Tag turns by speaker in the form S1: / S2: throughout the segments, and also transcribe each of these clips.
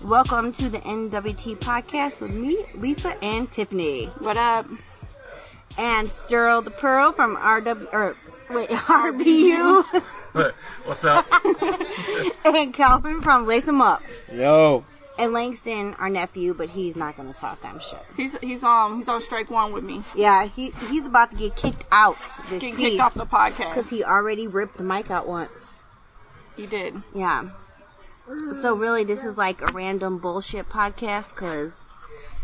S1: Welcome to the NWT podcast with me, Lisa, and Tiffany.
S2: What up?
S1: And Sterl the Pearl from RW, or wait, RBU,
S3: What's up?
S1: and Calvin from Lace 'em Up.
S4: Yo.
S1: And Langston, our nephew, but he's not going to talk, I'm sure.
S2: He's he's um he's on strike one with me.
S1: Yeah, he he's about to get kicked out this
S2: Getting
S1: piece
S2: kicked off the podcast.
S1: because he already ripped the mic out once.
S2: he did.
S1: Yeah. So really, this is like a random bullshit podcast because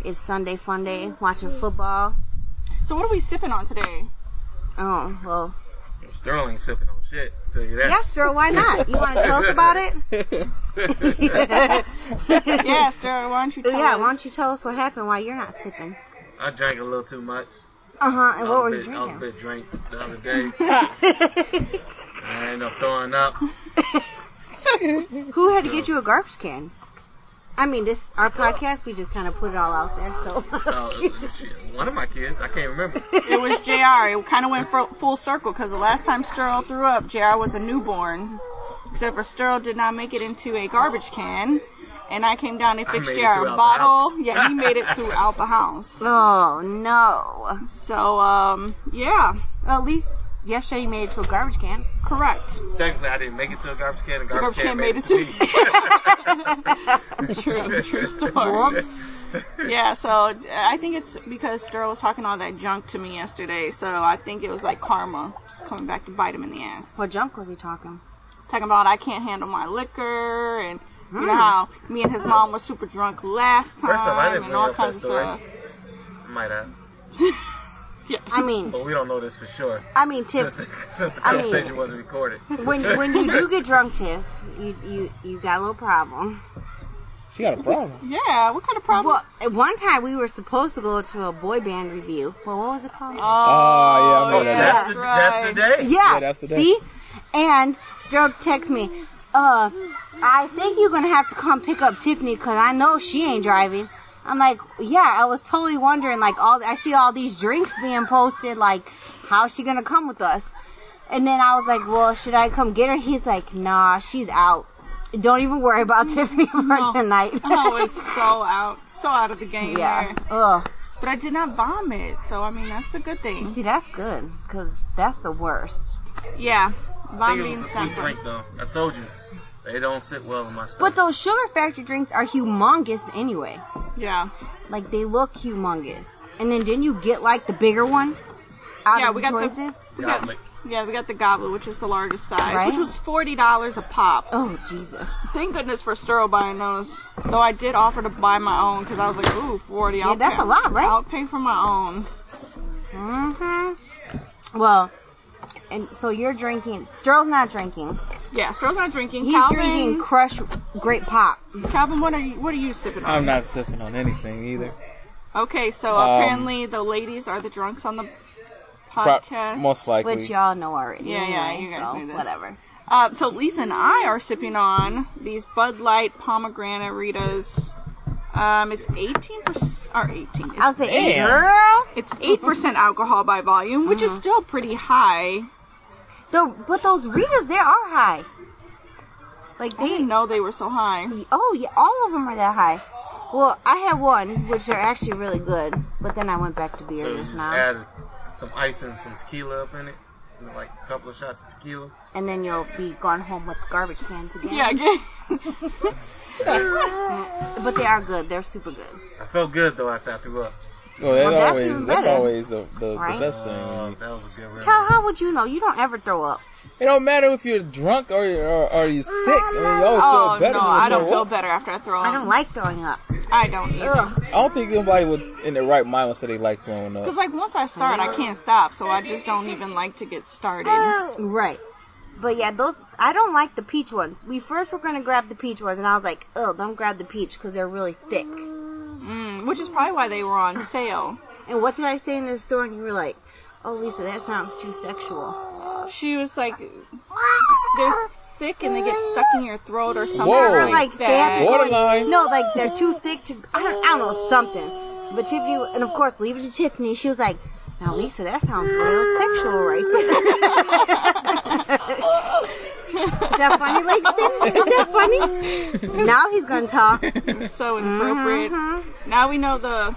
S1: it's Sunday fun day, watching football.
S2: So what are we sipping on today?
S1: Oh well,
S3: Sterling sipping on shit. Tell you that.
S1: yeah, sure. Why not? You want to tell us about it?
S2: yeah, Sterling, why don't you tell
S1: yeah.
S2: us?
S1: Why don't you tell us what happened? Why you're not sipping?
S3: I drank a little too much.
S1: Uh huh. And
S3: I
S1: what
S3: was,
S1: were
S3: a
S1: you
S3: bit, I was a
S1: drinking?
S3: bit drunk the other day. I ended up throwing up.
S1: Who had to get you a garbage can? I mean, this our podcast. We just kind of put it all out there. So
S3: Oh, shit. One of my kids, I can't remember.
S2: It was Jr. It kind of went fro- full circle because the last time Sterl threw up, Jr. was a newborn. Except for Sterl did not make it into a garbage can, and I came down and
S3: I
S2: fixed
S3: made it
S2: Jr. a
S3: throughout the
S2: bottle.
S3: house.
S2: Yeah, he made it throughout the house.
S1: oh no.
S2: So um yeah,
S1: Well, at least yesterday you made it to a garbage can.
S2: correct.
S3: Technically, I didn't make it to a garbage can. The garbage,
S2: Garbage can made it
S3: to
S2: to
S3: me.
S2: True, true story.
S1: Whoops.
S2: Yeah, so uh, I think it's because Sterl was talking all that junk to me yesterday, so I think it was like karma just coming back to bite him in the ass.
S1: What junk was he talking?
S2: Talking about I can't handle my liquor and you know how me and his mom were super drunk last time
S3: Hmm. First off, I didn't
S2: and
S3: bring
S2: all
S3: up that
S2: kinds of
S3: story.
S2: stuff.
S3: Might have.
S1: I mean,
S3: But we don't know this for sure.
S1: I mean,
S3: Since
S1: tips.
S3: the, since the
S1: I mean-
S3: conversation wasn't recorded.
S1: when when you do get drunk, Tiff, you you you got a little problem.
S4: She got a problem.
S2: Yeah, what kind of problem?
S1: Well, at one time we were supposed to go to a boy band review. Well, what was it called?
S4: Oh, yeah, I
S2: yeah.
S4: remember that.
S3: Oh, That's, the, that's the day.
S1: yeah,
S4: yeah, that's the day.
S1: see. And Sterl texts me, "Uh, I think you're gonna have to come pick up Tiffany because I know she ain't driving." I'm like, "Yeah, I was totally wondering. Like, all I see all these drinks being posted. Like, how's she gonna come with us?" And then I was like, "Well, should I come get her?" He's like, "Nah, she's out. Don't even worry about Tiffany for tonight."
S2: I was so out, so out of the game
S1: Yeah.
S2: there.
S1: Ugh.
S2: But I did not vomit, so I mean that's a good thing.
S1: See, that's good because that's the worst.
S2: Yeah,
S3: I think it
S2: vomiting
S3: was the sweet
S2: something.
S3: drink, though. I told you. They don't sit well in my
S1: But
S3: stomach.
S1: those sugar factory drinks are humongous anyway.
S2: Yeah,
S1: Like they look humongous. And then didn't you get like the bigger one out
S2: Yeah,
S1: of
S2: we
S1: the
S2: got the-
S1: choices?
S2: we got,
S3: Goblet.
S2: yeah, we got the goblet, which is the largest size,
S1: Right.
S2: which was forty dollars a pop.
S1: Oh Jesus!
S2: Thank goodness for Sterl buying those. Though I did offer to buy my own because I was like, ooh, 40. Yeah, I'll
S1: that's
S2: pay-
S1: a lot, right?
S2: I'll pay for my own.
S1: Mm-hmm. Well, and so you're drinking. Sterl's not drinking.
S2: Yeah, Sterl's not drinking.
S1: He's
S2: Calvin,
S1: drinking Crush Grape Pop.
S2: Calvin, what are you, what are you sipping on?
S4: I'm not Um, sipping on anything either.
S2: Okay, so apparently the ladies are the drunks on the
S4: Pro-
S2: podcast.
S4: most likely.
S1: Which y'all know already.
S2: Yeah, yeah,
S1: anyway,
S2: you guys
S1: so
S2: knew this.
S1: Whatever.
S2: Uh, so Lisa and I are sipping on these Bud Light Pomegranate Ritas. Um, it's 18% or 18. It's,
S1: I'll say, hey,
S4: Damn.
S1: girl.
S2: it's 8% alcohol by volume, which is still pretty high.
S1: The, but those Ritas, they are high. Like
S2: I
S1: they
S2: didn't know they were so high.
S1: Oh yeah, all of them are that high. Well, I had one, which are actually really good, but then I went back to beer
S3: so you
S1: just
S3: just
S1: now,
S3: add some ice and some tequila up in it. You know, Like a couple of shots of tequila.
S1: and then you'll be gone home with garbage cans again.
S2: Yeah, again.
S1: but they are good. They're super good.
S3: I felt good though after I threw up.
S4: Well,
S1: Well,
S4: that's,
S1: that's
S4: always
S1: even
S4: that's
S1: better.
S4: always the, the,
S1: Right?
S4: the best thing.
S3: Um, that was a good round.
S1: How, how would you know? You don't ever throw up.
S4: it don't matter if you're drunk or you're, or, or you're sick. I mean, you always
S2: Oh
S4: feel
S2: no,
S4: better. when you
S2: I don't
S4: throw
S2: feel
S4: up.
S2: better after I throw up.
S1: I don't like throwing up.
S2: I don't either.
S4: I don't think anybody would in their right mind would say they like throwing up.
S2: Cause like once I start, I can't stop. So I just don't even like to get started.
S1: Right. But yeah, those I don't like the peach ones. We first were gonna grab the peach ones, and I was like, "Oh, don't grab the peach because they're really thick."
S2: Mm, Which is probably why they were on sale.
S1: And what did I say in the store? And you were like, "Oh, Lisa, that sounds too sexual."
S2: She was like, they're thick and they get stuck in your throat or something
S4: Whoa.
S1: They're
S2: like,
S1: like
S2: that.
S1: that.
S4: Borderline.
S1: No, like they're too thick to. I don't, I don't know something. But Tiffany, and of course, leave it to Tiffany. She was like, Now, Lisa, that sounds real sexual right there. Is that funny, like Sim? Is that funny? Now he's gonna talk.
S2: so inappropriate. Now we know the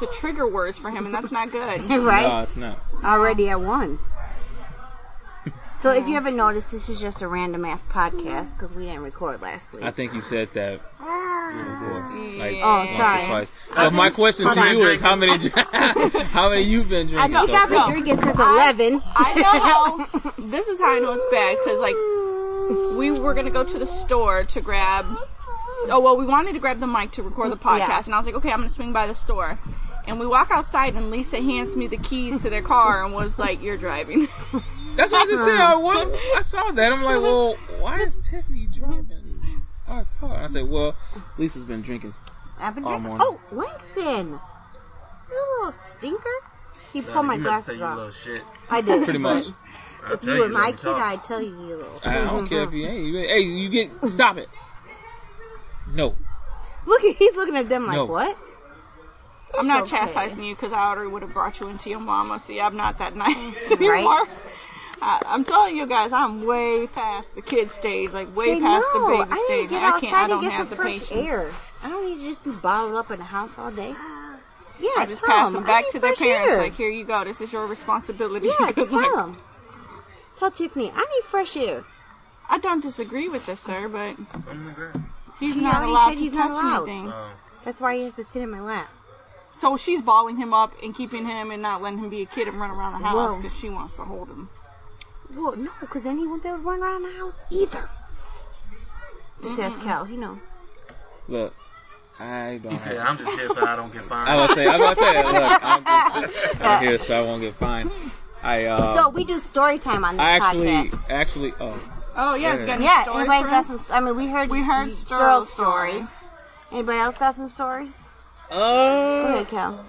S2: the trigger words for him, and that's not good.
S4: No,
S1: Right?
S4: it's not.
S1: Already at one. So if you haven't noticed, this is just a random ass podcast because we didn't record last week.
S4: I think you said that before, like
S2: Oh,
S4: once
S1: sorry.
S4: or twice. So my question to
S3: I'm
S4: you is, how many, how many you've been drinking?
S2: know-
S4: so
S2: you got me
S4: far?
S2: drink-
S1: Drinking since eleven.
S2: I know how. This is how I know it's bad because like we were gonna go to the store to grab. Oh well, we wanted to grab the mic to record the podcast,
S1: Yeah.
S2: and I was like, okay, I'm gonna swing by the store. And we walk outside, and Lisa hands me the keys to their car and was like, "You're driving."
S4: That's what I just said.
S1: Mm-hmm.
S4: I, wa- I saw that. I'm like, well, why is Tiffany driving our car? And I said, well, Lisa's been drinking.
S1: I've been
S4: All
S1: drinking.
S4: morning.
S1: Oh, Langston, you little stinker! He pulled my
S3: you must say
S1: glasses
S3: you
S1: off.
S3: little shit.
S1: I did.
S4: Pretty
S1: but
S4: much.
S3: I'll
S1: If you
S3: tell
S1: were
S3: you.
S1: my
S3: let me
S1: kid,
S3: talk.
S1: I'd tell you you little.
S4: I don't care if you ain't. You, hey, you get stop it. No,
S1: Look, at he's looking at them like
S4: No.
S1: what?
S2: I'm not
S1: okay.
S2: chastising you because I already would have brought you into your mama. See, I'm not that nice
S1: Right.
S2: anymore. I, I'm telling you guys, I'm way past the kid stage, like way
S1: Say,
S2: past
S1: no,
S2: the baby
S1: I need
S2: stage.
S1: to get
S2: I can't. I
S1: outside
S2: don't
S1: and get
S2: have
S1: some
S2: the
S1: fresh
S2: patience.
S1: air. I don't need to just be bottled up in the house all day. Yeah,
S2: I just pass them back to their parents.
S1: Air.
S2: Like, here you go. This is your responsibility.
S1: yeah, tell
S2: Good luck.
S1: them. Tell Tiffany, I need fresh air.
S2: I don't disagree with this, sir, but
S3: I'm the girl.
S2: he's
S1: She
S2: not
S1: already
S2: allowed
S1: said
S2: to
S1: he's not
S2: touch
S1: allowed.
S2: anything.
S3: Oh,
S1: That's why he has to sit in my lap.
S2: So she's balling him up and keeping him and not letting him be a kid and run around the house
S1: Whoa.
S2: because she wants to hold him.
S1: Well, no, because then he won't be able to run around the house either. Just ask Cal, he knows.
S4: look, I don't.
S3: he
S4: have-
S3: said, I'm just here so I don't get fined.
S4: I was say, I was about to say, look, I'm just I'm here so I won't get fined. I uh,
S1: So we do story time on this
S4: I actually,
S1: podcast.
S4: actually, oh,
S2: Oh, yeah. he's got any
S1: Yeah,
S2: stories
S1: anybody
S2: for
S1: got
S2: us?
S1: some? I mean, we heard
S2: We heard
S1: Cheryl's
S2: Sterl's
S1: story.
S2: story.
S1: Anybody else got some stories? Go
S4: uh,
S1: ahead, Cal.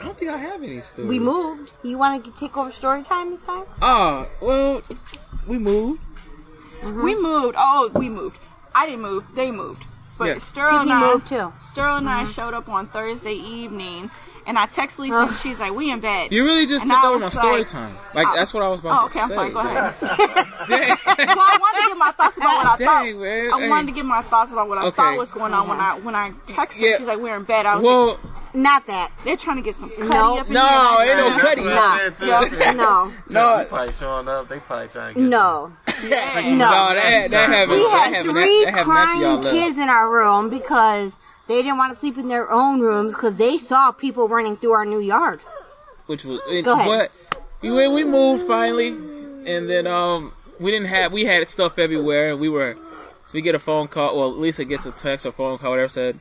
S4: I don't think I have any stories.
S1: We moved. You want to take over story time this time?
S4: Ah, well, we moved.
S2: We moved. Oh, we moved. I didn't move. They moved. But
S4: Yeah.
S2: Sterl and
S1: TP
S2: I,
S1: moved too. Mm-hmm.
S2: Sterl and I showed up on Thursday evening, and I text Lisa,
S1: Oh.
S2: and she's like, "We in bed."
S4: You really just
S2: And
S4: took
S2: I
S4: over my
S2: was
S4: story
S2: like-
S4: time. Like that's what I was
S2: oh,
S4: about
S2: okay.
S4: to
S2: I'm
S4: say.
S2: sorry. Go ahead.
S4: Dang.
S2: well, I wanted to get my thoughts about what I
S4: Dang,
S2: thought.
S4: man.
S2: I wanted to get my thoughts about what I
S4: Okay.
S2: thought was going on when I when I texted her.
S4: Yeah.
S2: She's like, "We're in bed." I was like,
S4: well,
S1: Not that.
S2: "They're trying to get some cutty
S1: No.
S2: up in here."
S4: no,
S2: and I
S4: ain't no
S2: grabbed-
S3: That's
S4: cutty.
S3: what I said, too. I said,
S1: No.
S3: "Tell 'em
S4: No,
S3: you probably showing up. They probably trying to get
S1: No.
S2: Yeah.
S1: No.
S4: no, that that happened.
S1: We
S4: that
S1: had
S4: happened.
S1: three
S4: that, that happened after y'all
S1: crying
S4: left.
S1: kids in our room because they didn't want to sleep in their own rooms because they saw people running through our new yard.
S4: which was it,
S1: Go ahead.
S4: but we went- we moved finally, and then um we didn't have we had stuff everywhere, and we were so we get a phone call. Well, Lisa gets a text or phone call, whatever said,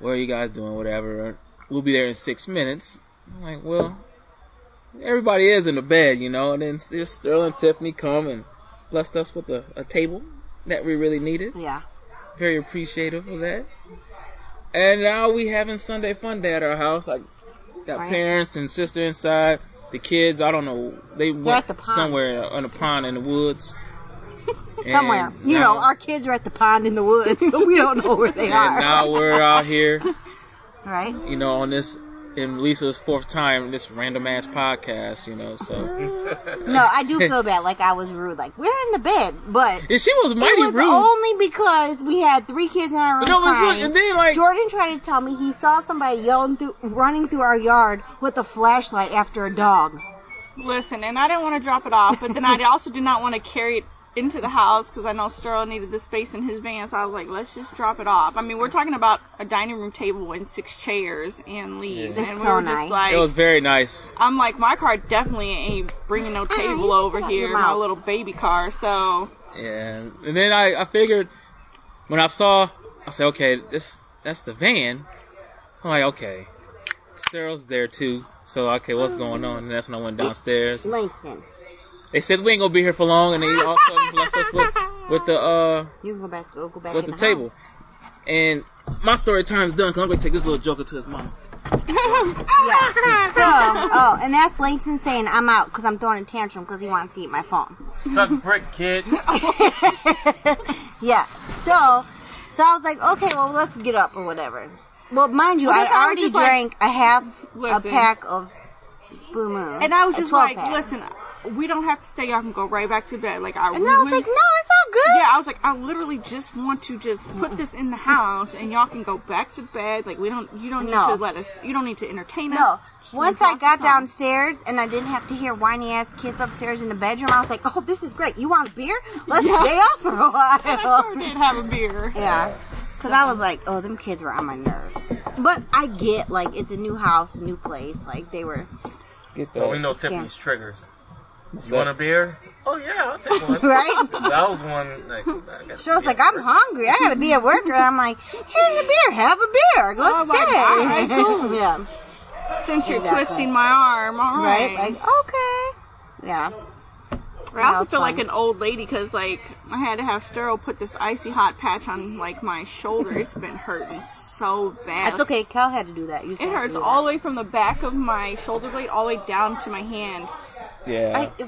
S4: "What are you guys doing? Whatever, we'll be there in six minutes." I'm like, well, everybody is in the bed, you know, and then there's Sterling, Tiffany come and blessed us with a, a table that we really needed
S1: Yeah.
S4: very appreciative of that. And now we having Sunday fun day at our house. I got
S1: Right.
S4: parents and sister inside. The kids, I don't know, they
S1: at
S4: went
S1: the pond.
S4: somewhere on a pond in the woods.
S1: Somewhere.
S4: And
S1: You know,
S4: now-
S1: our kids are at the pond in the woods, so we don't know where they
S4: and
S1: are.
S4: now we're out here,
S1: Right?
S4: you know, on this in Lisa's fourth time this random ass podcast, you know.
S1: Mm-hmm.
S4: So
S1: No, I do feel bad. Like, I was rude. Like, we're in the bed, but
S4: and she was mighty
S1: it was
S4: rude.
S1: only because we had three kids in our room.
S4: no, but look,
S1: crying.
S4: and then like
S1: Jordan tried to tell me he saw somebody yelling through, running through our yard with a flashlight after a dog.
S2: Listen, and I didn't want to drop it off, but then I also did not want to carry it into the house because I know Sterl needed the space in his van, so I was like, let's just drop it off. I mean, we're talking about a dining room table and six chairs and leaves,
S1: That's
S2: and we
S1: so
S2: were
S1: nice.
S2: just like,
S4: it was very nice.
S2: I'm like, my car definitely ain't bringing no table
S1: you
S2: over
S1: got
S2: here,
S1: your
S2: my
S1: mouth.
S2: little baby car. So
S4: Yeah, and then I, I figured when I saw, I said, okay, this that's the van. I'm like, okay, Sterl's there too. So okay, what's going on? And that's when I went downstairs.
S1: Langston,
S4: They said we ain't gonna be here for long, and they all of a sudden blessed us with, with the uh
S1: you can go back. Go back
S4: with
S1: in
S4: the table. And my story time's done. Cause I'm gonna take this little joker to his mama.
S1: Yeah. So, oh, and that's Langston saying I'm out because I'm throwing a tantrum because he wants to eat my phone.
S3: you. Suck brick, kid.
S1: Yeah. So, so I was like, okay, well, let's get up or whatever. Well, mind you,
S2: Well,
S1: I
S2: that's how I was
S1: already
S2: just like-
S1: drank a half
S2: Listen.
S1: a pack of Blue Moon.
S2: And I was
S1: A
S2: just
S1: 12
S2: like,
S1: pack.
S2: listen, we don't have to stay up and go right back to bed. Like I
S1: And
S2: really,
S1: I was like, no, it's all good.
S2: yeah, I was like, I literally just want to just put this in the house, and y'all can go back to bed. Like we don't, you don't need
S1: No.
S2: to let us, you don't need to entertain
S1: No.
S2: us. Just
S1: Once
S2: drop
S1: I got
S2: this on.
S1: downstairs and I didn't have to hear whiny ass kids upstairs in the bedroom, I was like, oh, this is great. You want a beer? Let's
S2: Yeah.
S1: stay up for a
S2: I sure
S1: while.
S2: did have a beer.
S1: yeah. Because I was like, oh, them kids were on my nerves. But I get, like, it's a new house, a new place. Like, they were.
S4: Get
S3: So we
S4: that.
S3: know Tiffany's triggers. You want a beer? Oh yeah, I'll take one.
S1: Right?
S3: 'Cause I was one. Like, I got
S1: She was like, I'm hungry. I gotta be at work. And I'm like, here's a beer. Have a beer.
S2: Oh,
S1: Let's
S2: like,
S1: stay.
S2: all right, cool.
S1: yeah.
S2: Since you're
S1: Exactly.
S2: twisting my arm, all
S1: Right?
S2: right.
S1: Like, okay. Yeah.
S2: I
S1: Now
S2: also
S1: it's
S2: feel
S1: fun.
S2: like an old lady because, like, I had to have Sterl put this icy hot patch on, like, my shoulder. It's been hurting so bad.
S1: That's okay. Cal had to do that. You
S2: It hurts all the way from the back of my shoulder blade all the way down to my hand.
S4: Yeah.
S1: I,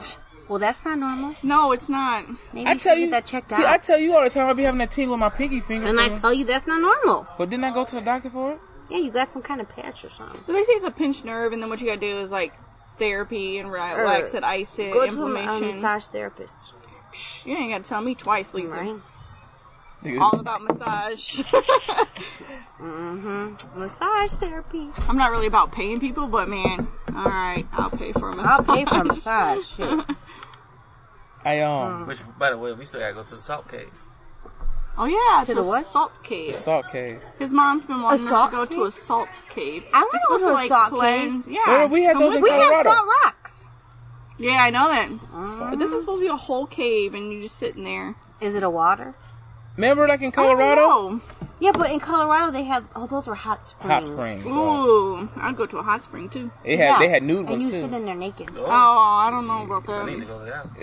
S1: well, that's not normal.
S2: No, it's not.
S1: Maybe
S4: I,
S1: you
S4: tell
S1: should
S4: you,
S1: get that checked
S4: see, I
S1: out.
S4: tell you all the time I be having that tingle with my pinky finger.
S1: and I
S4: from-
S1: tell you that's not normal.
S4: but didn't I go to the doctor for it?
S1: Yeah, you got some kind of patch or something.
S2: But they say it's a pinched nerve, and then what you gotta do is, like, therapy and relax it, ice it,
S1: Er, Go to a um,
S2: inflammation.
S1: massage therapist.
S2: Psh, you ain't gotta tell me twice, Lisa.
S1: Right?
S2: All about massage.
S1: Mm-hmm. Massage therapy.
S2: I'm not really about paying people, but man, alright, I'll pay for a
S1: I'll
S2: massage.
S1: pay for a massage. Shit.
S4: I um
S3: Which, by the way, we still gotta go to the Salt Cave.
S2: Oh, yeah,
S1: To
S2: to,
S1: the
S2: a
S1: what?
S2: salt cave.
S4: salt cave.
S2: His mom's been wanting us
S1: salt
S2: to go
S1: cave?
S2: to a salt cave.
S1: I wanna
S2: It's
S1: go
S2: supposed
S1: to a salt cave.
S2: cleanse. Yeah,
S4: Well, we had
S2: come
S4: those
S2: with
S4: in
S1: we
S2: me.
S1: have
S4: Colorado.
S1: salt rocks.
S2: Yeah, I know that.
S4: Salt-
S2: But this is supposed to be a whole cave, and you're just sitting there.
S1: Is it a water?
S4: Remember, like in
S2: I don't
S4: Colorado,
S1: Yeah, but in Colorado they have. Oh, those were hot springs.
S4: hot springs.
S2: know.
S4: So
S2: Ooh, I'd go to a hot spring too.
S4: they had they had nude
S1: and
S4: ones
S1: you
S4: too.
S1: sit in there naked.
S2: Oh, I don't know about
S3: I need to
S2: that.
S3: go to that. one.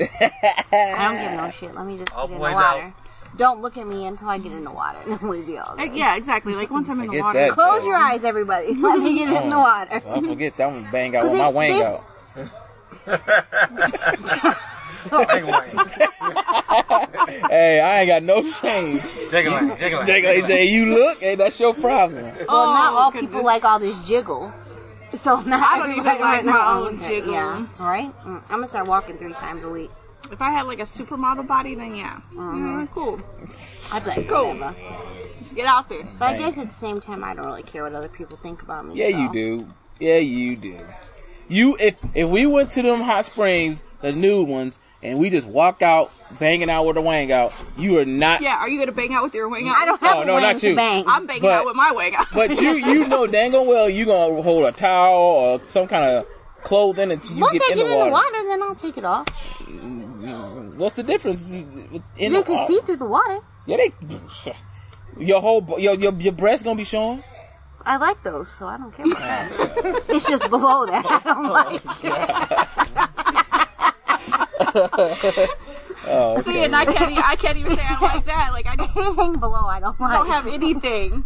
S1: I don't give no shit. Let me just
S3: All
S1: get in the
S3: boys
S1: water. Don't look at me until I get in the water, and then we be all
S2: Like,
S1: good.
S2: yeah, exactly. Like once I'm in the
S4: Get
S2: water,
S4: that.
S1: Close your eyes, everybody. Let me get
S4: Oh.
S1: in the water.
S4: Don't forget that one bang out
S1: Mm-hmm. Cause
S4: with my
S1: it-
S4: wang
S1: this-
S4: out.
S3: Take a lane.
S4: Hey, I ain't got no shame.
S3: Take a lane. Take a lane.
S4: Jake, AJ, you look, hey, that's your problem.
S1: Well, not
S2: Oh,
S1: all people
S2: goodness.
S1: like all this jiggle. So not
S2: I don't even
S1: everybody
S2: like
S1: right now
S2: my own
S1: owns it.
S2: jiggle.
S1: Yeah. All right. Mm, I'm gonna start walking three times a week.
S2: if I had like a supermodel body, then yeah,
S1: Uh-huh.
S2: Yeah, cool.
S1: I'd be like,
S2: Cool.
S1: whatever.
S2: Let's get out there.
S1: But I
S4: Dang.
S1: guess at the same time, I don't really care what other people think about me.
S4: Yeah, you
S1: so.
S4: do. Yeah, you do. You if if we went to them hot springs, the nude ones, and we just walk out banging out with a wang out, you are not.
S2: Yeah, are you gonna bang out with your wing out?
S1: I don't have
S4: Oh,
S1: a
S4: no,
S1: wing
S4: not
S1: to
S4: you.
S1: bang.
S2: I'm banging
S4: But-
S2: out with my wing out.
S4: But you you know dang on well you gonna hold a towel or some kind of clothing until you
S1: Once
S4: get
S1: I
S4: in
S1: get
S4: the
S1: in the
S4: water.
S1: water, then I'll take it off.
S4: What's the difference? In
S1: You
S4: the
S1: can
S4: water.
S1: see through the water.
S4: Yeah, they. Your whole bo- your your your breast gonna be showing.
S1: I like those, so I don't care about that. it's just below that I don't like.
S4: Oh,
S2: See, and I can't, e- I can't even say I like that. Like I just
S1: Anything below, I don't like.
S2: don't have anything.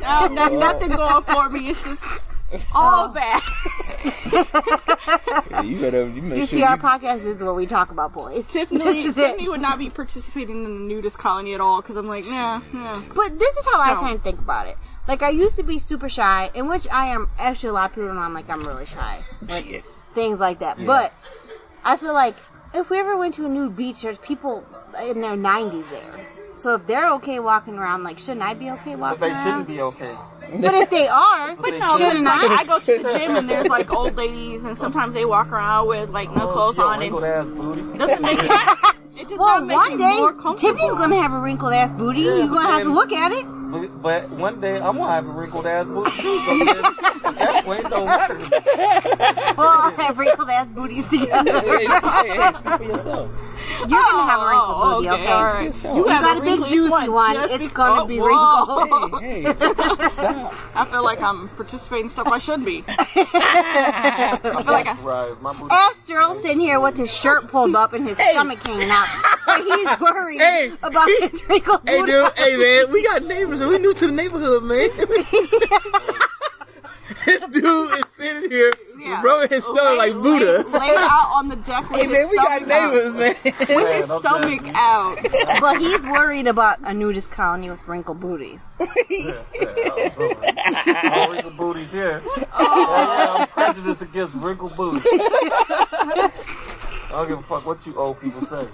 S2: I have no- nothing going for me. It's just
S1: Oh.
S2: all bad.
S4: Yeah, you better you make
S1: you
S4: sure
S1: see, our
S4: you-
S1: podcast is what we talk about, boys. This
S2: Tiffany,
S1: is it.
S2: Tiffany would not be participating in the nudist colony at all because I'm like, nah, nah.
S1: But this is how I
S2: Don't.
S1: kind of think about it. Like I used to be super shy, in which I am actually a lot of people don't know I'm like I'm really shy, like,
S4: Shit.
S1: things like that. But I feel like if we ever went to a nude beach, there's people in their 90s there. So if they're okay walking around, like shouldn't I be okay walking
S3: They
S1: around?
S3: shouldn't be okay.
S1: But if they are,
S2: But no, 'cause,
S1: shouldn't
S2: like,
S1: I?
S2: I go to the gym and there's like old ladies, and sometimes they walk around with like
S4: Oh,
S3: Oh,
S2: no clothes on, and
S3: ass booty.
S2: doesn't make it. It does
S1: Well,
S2: not make
S1: one
S2: me
S1: day
S2: more comfortable.
S1: Tiffany's gonna have a wrinkled ass booty.
S3: Yeah,
S1: You're
S3: but
S1: gonna have to
S3: then-
S1: look at it.
S3: But, but one day I'm gonna have a wrinkled ass booty too. So then, at that point, it don't matter. to me.
S1: Well, I'll have wrinkled ass booties together.
S4: Hey, hey, hey, speak for yourself.
S1: You're gonna have a wrinkled
S2: Oh,
S1: booty,
S2: okay,
S1: okay?
S2: all right.
S4: Speak for yourself.
S1: You got a big
S2: wrinkliest
S1: juicy one.
S2: just
S1: It's
S2: bec-
S1: gonna
S2: oh,
S1: be
S2: whoa.
S1: wrinkled.
S4: Hey,
S2: I feel like I'm participating in stuff I shouldn't be. I feel like I,
S3: Right, my booty.
S1: Astral sitting here with his shirt pulled up and his stomach hanging out. But he's worried
S4: Hey.
S1: about his wrinkled
S4: hey,
S1: booty.
S4: dude, hey, man, we got neighbors, and we new to the neighborhood, man. this dude is sitting here
S2: yeah.
S4: rubbing his stomach
S2: Lay-
S4: like Buddha.
S2: Lay, laid out on the deck with
S4: Hey, man,
S2: his
S4: we got
S2: stomach out.
S4: neighbors, man.
S2: With his
S3: Man, I'm
S2: stomach out.
S1: But he's worried about a nudist colony with wrinkled booties.
S3: Always the booties here. Oh, yeah, I'm prejudiced prejudice against wrinkled boots. I don't give a fuck what you old people say.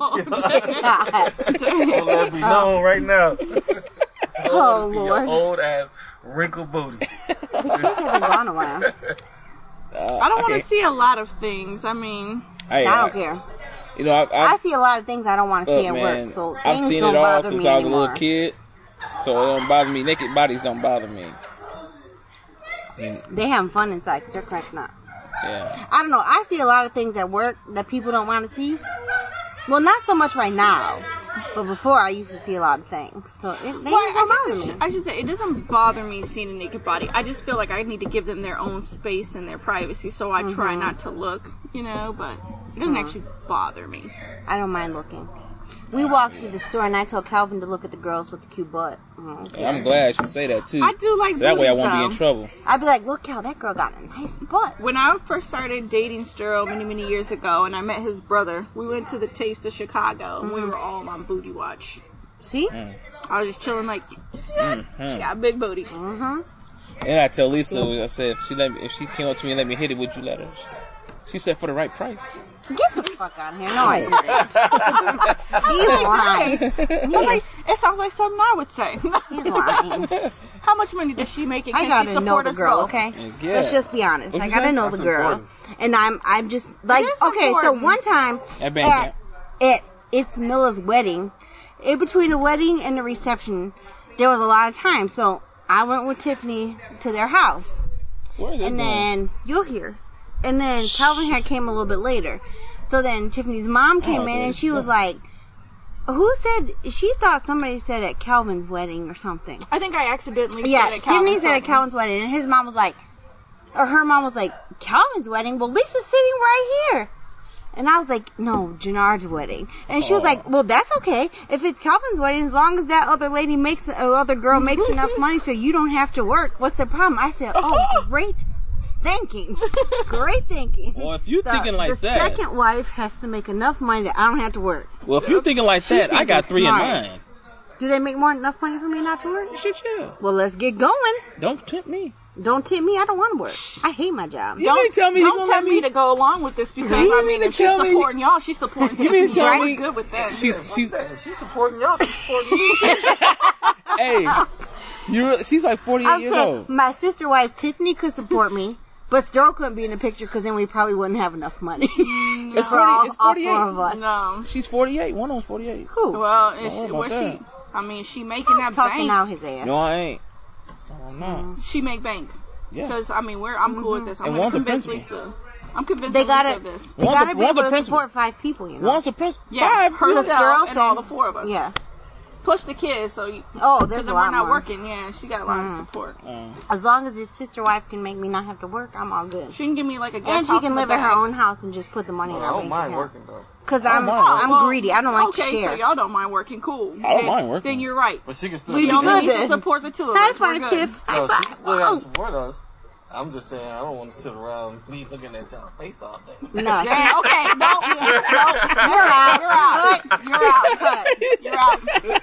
S1: God.
S3: Don't let me know right now.
S1: Oh,
S3: See your
S1: Lord.
S3: old ass wrinkled booty.
S1: It's been gone a while.
S2: I don't want
S4: okay.
S2: to see a lot of things. I mean,
S4: Hey,
S1: I don't care.
S4: You know, I,
S1: I
S4: I,
S1: see a lot of things I don't want to see
S4: look,
S1: at
S4: man,
S1: work, so
S4: I've
S1: things
S4: seen
S1: don't
S4: it all
S1: bother
S4: since
S1: me
S4: I was
S1: anymore.
S4: a little kid, so it don't bother me. Naked bodies don't bother me.
S1: They having fun inside, cause they're cracking up.
S4: Yeah,
S1: I don't know. I see a lot of things at work that people don't want to see. Well, not so much right now, but before I used to see a lot of things, so it, they just
S2: Well,
S1: don't
S2: I, guess
S1: bother
S2: it
S1: me.
S2: sh- I should say it doesn't bother me seeing a naked body. I just feel like I need to give them their own space and their privacy, so I try
S1: Mm-hmm.
S2: not to look, you know. But it doesn't actually bother me.
S1: I don't mind looking. We walked through the store and I told Calvin to look at the girls with the cute butt. Mm.
S4: I'm glad you say that too.
S2: I do like
S4: Mm. So that way I
S2: booties,
S4: won't be
S2: though.
S4: in trouble.
S1: I'd be like, look, Cal, that girl got a nice butt.
S2: When I first started dating Sterl many, many years ago, and I met his brother, we went to the Taste of Chicago, and we
S1: Mm-hmm.
S2: were all on booty watch.
S1: See?
S4: Mm.
S2: I was just chilling, like, "You see that?
S4: Mm-hmm.
S2: She got a big booty.
S1: Mm-hmm.
S4: And I tell Lisa, I said, if she let me, if she came up to me and let me hit it, would you let her? She said, for the right price.
S1: Get the fuck out of here. No, I didn't. He's lying.
S2: I was like, it sounds like something I would say.
S1: He's lying.
S2: How much money does she make, and
S1: I
S2: can she
S1: gotta know
S2: support
S1: the
S2: us
S1: girl,
S2: both?
S1: okay?
S4: Yeah.
S1: Let's just be honest.
S4: What'd
S1: I
S4: you
S1: gotta
S4: say?
S1: know
S4: That's
S1: the girl.
S4: important.
S1: And I'm I'm just like
S2: is
S1: okay,
S2: important.
S1: so one time
S4: At band
S1: at,
S4: camp.
S1: at it's Mila's wedding, in between the wedding and the reception, there was a lot of time. So I went with Tiffany to their house.
S4: Where is this
S1: and
S4: going?
S1: then you'll hear. And then Calvin had came a little bit later. So then Tiffany's mom came
S4: Oh,
S1: in
S4: dude.
S1: and she was like, "Who said?" She thought somebody said at Calvin's wedding or something.
S2: I think I accidentally
S1: Yeah,
S2: said it.
S1: Tiffany said at
S2: Calvin.
S1: Calvin's wedding, and his mom was like, or her mom was like, "Calvin's wedding? Well, Lisa's sitting right here." And I was like, "No, Janard's wedding." And
S4: Oh.
S1: she was like, "Well, that's okay if it's Calvin's wedding, as long as that other lady makes, uh, other girl makes enough money so you don't have to work. What's the problem?" I said, "Oh, great." Thinking, great thinking.
S4: Well, if you thinking like
S1: the
S4: that-
S1: second wife has to make enough money that I don't have to work.
S4: Well, if you're thinking like
S1: She's
S4: that, I got
S1: thinking
S4: three
S1: smart.
S4: in mind.
S1: Do they make more enough money for me not to work?
S4: You should chill.
S1: Well, let's get going.
S4: Don't tempt me.
S1: Don't tip me. I don't want to work. I hate my job.
S4: You mean to tell me you
S2: don't
S4: gonna
S2: tell
S4: let
S2: me,
S4: me?
S2: to go along with this because
S4: You
S2: I
S4: mean
S2: mean,
S4: to
S2: if she's
S4: tell me-
S2: supporting y'all, she's supporting
S4: You mean to
S2: Tiffany,
S4: tell
S2: right?
S4: me-
S2: good with that.
S4: She's she's
S3: Hey, she's supporting y'all. She's supporting me.
S4: hey. You she's like 48
S1: I
S4: years
S1: said
S4: old.
S1: my sister wife Tiffany could support me, but Sterl couldn't be in the picture because then we probably wouldn't have enough money
S4: It's
S1: for
S4: 40,
S1: all,
S4: it's
S1: all four
S4: 48.
S1: of us.
S2: no.
S4: She's 48. One of them's 48.
S1: Who?
S2: Well, is
S4: Oh,
S2: she,
S4: my
S2: was
S4: God.
S2: she? I mean, she making
S1: He's
S2: that
S1: talking
S2: bank.
S1: out his ass.
S4: No, I ain't. Oh
S1: Mm-hmm.
S4: no.
S2: She make bank because
S4: Yes. Mm-hmm.
S2: I mean, we're I'm cool with this. I'm
S4: And
S2: gonna
S4: one's a
S2: convince
S4: principal.
S2: Lisa. I'm convincing
S1: They got
S2: Lisa
S1: it.
S2: of this.
S1: They
S4: One's
S1: got to
S4: a-
S1: be
S4: one's
S1: able
S4: a
S1: to
S4: principal.
S1: support five people. You know.
S4: Once a prince,
S2: Yeah,
S4: five.
S1: Because Sterl
S2: herself and
S1: said-
S2: all the four of us.
S1: Yeah.
S2: plus the kids. So you,
S1: Oh, there's
S2: because
S1: a
S2: if we're
S1: lot
S2: not
S1: more.
S2: working, yeah, she got a lot
S4: Mm.
S2: of support.
S1: As long as his sister wife can make me not have to work, I'm all good.
S2: She can give me like a guest
S1: And she
S2: house
S1: can
S2: in the
S1: live in her
S2: back.
S1: own house and just put the money in
S3: I
S1: our
S2: Oh,
S3: don't
S1: bank
S3: mind
S1: account.
S3: working though.
S1: Because I'm
S4: mind working.
S1: I'm
S2: Well,
S1: greedy. I don't like to
S2: Oh, okay,
S1: share.
S2: so y'all don't mind working. Cool.
S4: I don't
S2: Then-
S4: mind working.
S2: Then you're right.
S3: But she can still.
S1: We
S2: You
S1: be
S2: only
S1: good
S2: need to
S1: then.
S2: support the two of
S1: High
S2: us. We're
S1: five,
S2: good.
S1: Tiff. High
S3: No, she
S1: five.
S3: can still have to
S1: Oh,
S3: support us. I'm just saying, I don't want to sit around me looking at y'all face all day.
S1: no,
S2: Hey,
S1: you're
S2: okay, no, no,
S1: out.
S2: you're out. You're out.
S1: Cut.
S2: You're out.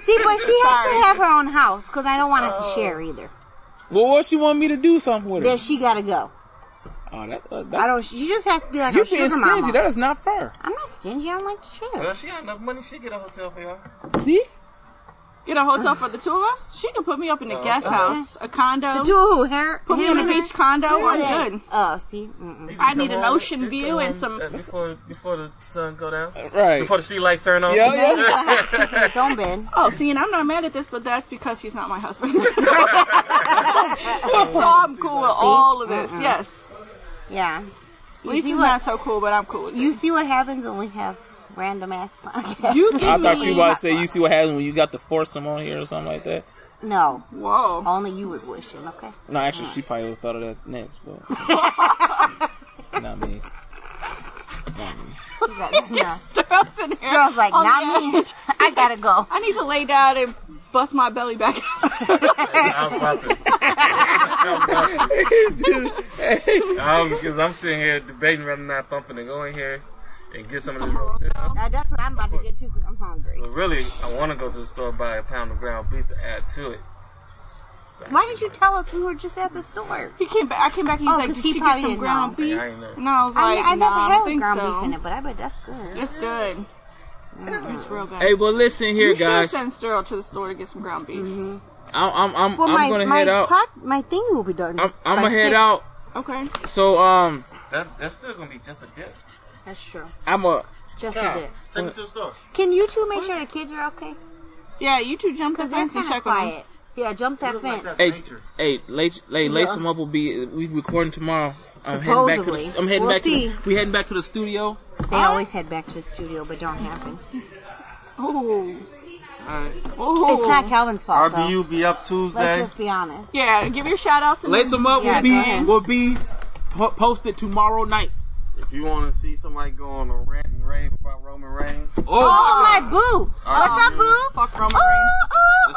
S1: See, but she has
S2: Sorry. Oh.
S1: to have her own house because I don't want to have to share either.
S4: Well, what she want me to do something with her?
S1: There, she gotta go.
S4: Oh, that, uh,
S1: I
S4: that's
S1: don't. She just has to be like
S4: you
S1: her sugar
S4: being stingy.
S1: mama.
S4: That is not fair.
S1: I'm not stingy. I don't like to share.
S2: Uh,
S3: Well, she got enough money, she get a hotel for y'all.
S4: See,
S2: Get a hotel for the two of us. She can put me up in a guest house, a condo.
S1: The two who her,
S2: put me
S1: him
S2: in a
S1: and her-
S2: beach condo.
S1: Yeah.
S2: I'm good.
S1: Oh, see, Mm-mm.
S2: I need
S3: Come
S2: an
S3: on,
S2: ocean
S3: just
S2: view
S3: come
S2: and
S3: on,
S2: some-
S3: uh, before before the sun go down,
S4: right?
S3: before the street lights turn on.
S4: Yeah,
S1: Then he's
S4: yeah.
S1: gonna have to sleep in his own bed.
S2: Oh, see, and I'm not mad at this, but that's because he's not my husband. so I'm cool with all of this. Yes,
S1: Yeah. You see
S2: Lisa's
S1: what
S2: not so cool, but I'm cool with
S1: you
S2: it.
S1: see what happens when we have random ass podcasts.
S2: You give
S4: I thought
S2: me-
S4: you about to say you see what happens when you got to force them on here or something like that.
S1: no,
S2: Whoa.
S1: only you was wishing. Okay.
S4: No, actually, she probably would have thought of that next, but not me.
S1: You got- no.
S2: Sterl's in here
S1: Girl's like,
S2: on the
S1: not me.
S2: edge.
S1: I gotta go.
S2: I need to lay down and bust my belly back out.
S3: I was about to. I was because I'm sitting here debating whether or not if I'm gonna go in here and get some of this hotel.
S1: Now, Uh, that's what I'm about to get to because I'm hungry.
S3: But really, I want to go to the store buy a pound of ground beef to add to it. Sorry.
S1: Why didn't you tell us we were just at the store?
S2: He came back. I came back and he was
S1: Oh,
S2: like,
S1: 'cause
S2: "Did
S1: he
S2: she get
S1: probably
S2: some
S1: didn't
S2: ground
S3: know.
S2: beef?"
S3: I ain't know.
S2: And I was
S1: I,
S2: like,
S1: I never
S2: "Nah, I
S1: had
S2: don't think
S1: ground
S2: so.
S1: beef in Mm-hmm. it, but I bet that's good.
S2: It's good. It's real good."
S4: Hey, but listen here,
S2: you
S4: guys.
S2: should send Sterl to the store to get some ground beef.
S1: Mm-hmm.
S4: I'm I'm I'm,
S1: Well,
S4: I'm
S1: my
S4: gonna
S1: my
S4: head out.
S1: pot, my thing will be done.
S4: I'm I'm
S1: by
S4: gonna head
S1: six.
S4: out.
S2: Okay.
S4: So um,
S3: That, that's still gonna be just a dip.
S1: That's true.
S4: I'm a
S1: Just a
S3: Yeah,
S1: bit.
S3: take it to the store.
S1: Can you two make sure the kids are okay?
S2: Yeah, you two jump the
S1: Because they're
S2: fence and
S1: kind of
S2: check on them.
S1: quiet. Yeah, jump that
S3: Look like
S1: fence.
S3: that's
S4: hey
S3: nature.
S4: hey lace hey lace
S1: Yeah.
S4: them up. Will be we recording tomorrow. I'm heading back to the
S1: Supposedly.
S4: I'm heading
S1: We'll
S4: back to
S1: see.
S4: the, we heading back to the studio.
S1: They always head back to the studio, but don't happen.
S2: Oh,
S3: Alright.
S2: oh.
S1: It's not Calvin's fault, though.
S3: RBU be up Tuesday.
S1: Let's just be honest.
S2: Yeah, give your shout outs. and
S4: Lace
S2: then-
S4: them up
S1: Yeah,
S4: will
S1: go
S4: be
S1: ahead.
S4: will be po- posted tomorrow night.
S3: If you want to see somebody go on a rant and rave about Roman Reigns,
S1: Oh, my boo! What's up,
S3: RBU
S1: boo?
S2: Fuck Roman
S1: Oh,
S2: Reigns.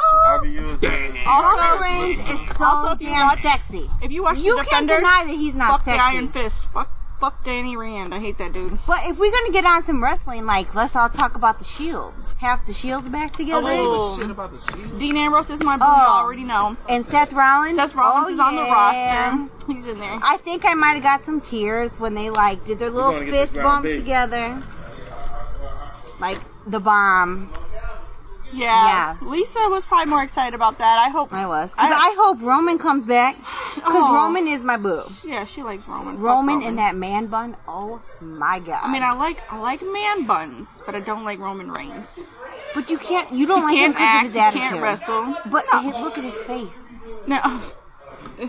S1: oh, oh.
S3: RBU is the
S2: Also,
S1: Roman Reigns is so
S2: Also, if you
S1: damn
S2: watch-
S1: sexy.
S2: if you watch
S1: You
S2: the
S1: can't
S2: Defenders,
S1: deny that he's not
S2: fuck the
S1: sexy.
S2: Iron Fist. Fuck, fuck Danny Rand. I hate that dude.
S1: But if we're gonna get on some wrestling, like let's all talk about the Shield. Half the Shield back together,
S2: Oh.
S4: shit about the shield.
S2: Dean Ambrose is my boo. You
S1: Oh.
S2: already know.
S1: and Seth Rollins.
S2: Seth Rollins
S1: Oh,
S2: is on the
S1: yeah. Uh,
S2: roster. He's in there.
S1: I think I might have got some tears when they like did their little
S3: gonna get
S1: fist
S3: this
S1: bump
S3: round big.
S1: together, like the bomb.
S2: Yeah. Lisa was probably more excited about that. I hope.
S1: I was. 'Cause
S2: I-
S1: I, hope Roman comes back. Because
S2: Aw.
S1: Roman is my boo.
S2: Yeah, she likes Roman. Fuck
S1: Roman,
S2: Roman
S1: and that man bun. Oh my god.
S2: I mean, I like I like man buns, but I don't like Roman Reigns.
S1: but you can't. You don't like him
S2: Can't
S1: because of
S2: act,
S1: his
S2: he
S1: attitude.
S2: can't wrestle.
S1: But his- look at his face.
S2: No. you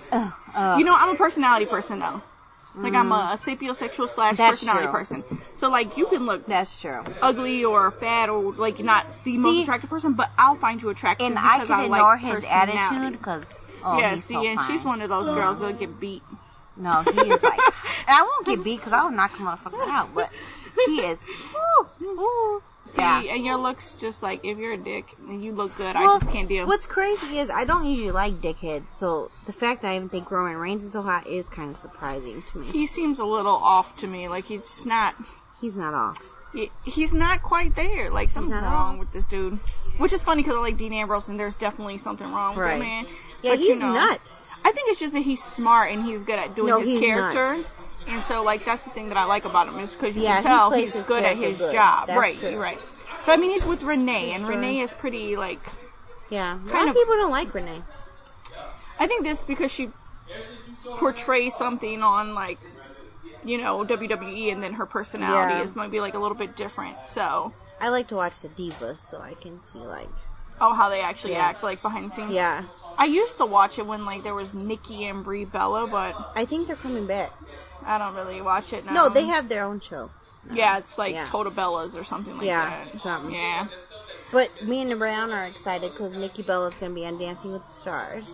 S2: know, I'm a personality person though. Like I'm a sapiosexual slash
S1: Mm. That's
S2: personality
S1: true.
S2: person. So like you can look
S1: That's true.
S2: ugly or fat or like not the most
S1: See?
S2: attractive person, but I'll find you attractive
S1: And I
S2: because
S1: can
S2: like
S1: ignore his
S2: personality.
S1: attitude because. Oh,
S2: yeah,
S1: he's
S2: see,
S1: so
S2: and
S1: fine.
S2: she's one of those girls that'll get beat.
S1: No, he is like. and I won't get beat because I will knock him motherfucker out. But he is. Ooh, ooh.
S2: See,
S1: Yeah.
S2: and your looks just like if you're a dick and you look good, I
S1: Well,
S2: just can't deal.
S1: What's crazy is I don't usually like dickheads, so the fact that I even think Roman Reigns is so hot is kind of surprising to me.
S2: He seems a little off to me. Like he's just not.
S1: He's not off.
S2: he- He's not quite there. Like something's
S1: not
S2: wrong
S1: off.
S2: with this dude. Which is funny because I like Dean Ambrose, and there's definitely something wrong
S1: Right.
S2: with him. man.
S1: Yeah,
S2: But,
S1: he's
S2: you know,
S1: nuts.
S2: I think it's just that he's smart and he's good at doing
S1: No,
S2: his
S1: he's
S2: character.
S1: nuts.
S2: And so, like, that's the thing that I like about him is because you
S1: Yeah,
S2: can
S1: he
S2: tell
S1: plays
S2: he's
S1: his
S2: good at
S1: character
S2: his
S1: good.
S2: job.
S1: That's
S2: right,
S1: true.
S2: you're right. But I mean, he's with Renee, and
S1: true.
S2: Renee is pretty, like,
S1: Yeah, a
S2: Kind
S1: lot
S2: of-
S1: of people don't like Renee.
S2: I think this because she portrays something on, like, you know, WWE, and then her personality
S1: Yeah.
S2: is maybe, like, a little bit different. So,
S1: I like to watch the divas, so I can see like
S2: oh, how they actually
S1: Yeah.
S2: act, like, behind the scenes.
S1: yeah.
S2: I used to watch it when, like, there was Nikki and Brie Bella, but
S1: I think they're coming back.
S2: I don't really watch it now.
S1: No, they have their own show.
S2: Yeah, it's like
S1: Yeah.
S2: Total Bellas or something like
S1: Yeah,
S2: that.
S1: something.
S2: Yeah.
S1: But me and Brianna are excited because Nikki Bella's going to be on Dancing with the Stars,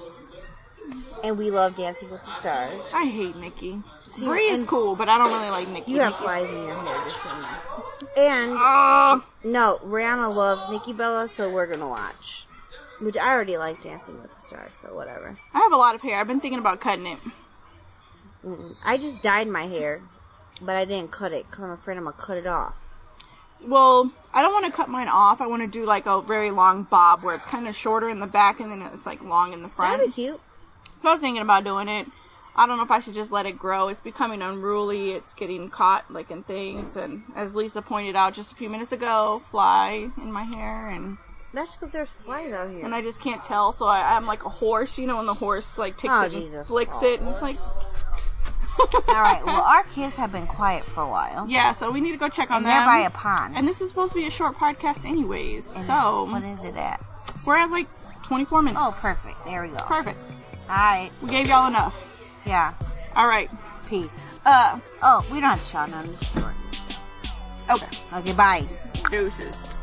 S1: and we love Dancing with the Stars.
S2: I hate Nikki.
S1: See,
S2: Bree is
S1: and-
S2: cool, but I don't really like Nikki.
S1: You have
S2: Nikki's-
S1: flies in your hair, just so you know. And
S2: Ugh.
S1: no, Rihanna loves Nikki Bella, so we're gonna watch. Which I already like Dancing with the Stars, so whatever.
S2: I have a lot of hair. I've been thinking about cutting it.
S1: Mm-mm. I just dyed my hair, but I didn't cut it because I'm afraid I'm gonna cut it off.
S2: Well, I don't want to cut mine off. I want to do like a very long bob where it's kind of shorter in the back and then it's like long in the front.
S1: That'd be cute.
S2: So I was thinking about doing it. I don't know if I should just let it grow. It's becoming unruly. It's getting caught like in things. And as Lisa pointed out just a few minutes ago, fly in my hair and
S1: That's because there's flies out here.
S2: and I just can't tell. So I, I'm like a horse, you know, when the horse like takes
S1: Oh,
S2: it and
S1: Jesus.
S2: flicks it, and it's like,
S1: All right. Well, our kids have been quiet for a while.
S2: yeah. So we need to go check on
S1: and
S2: them.
S1: they're by a pond.
S2: and this is supposed to be a short podcast, anyways.
S1: And what
S2: so
S1: is it at?
S2: we're at like 24 minutes.
S1: Oh, perfect. There we go. All
S2: perfect.
S1: right.
S2: We gave y'all enough.
S1: Yeah.
S2: All right.
S1: Peace.
S2: Uh.
S1: Oh, we don't have to shout none. This is short.
S2: Okay.
S1: Okay. Bye.
S2: Deuces.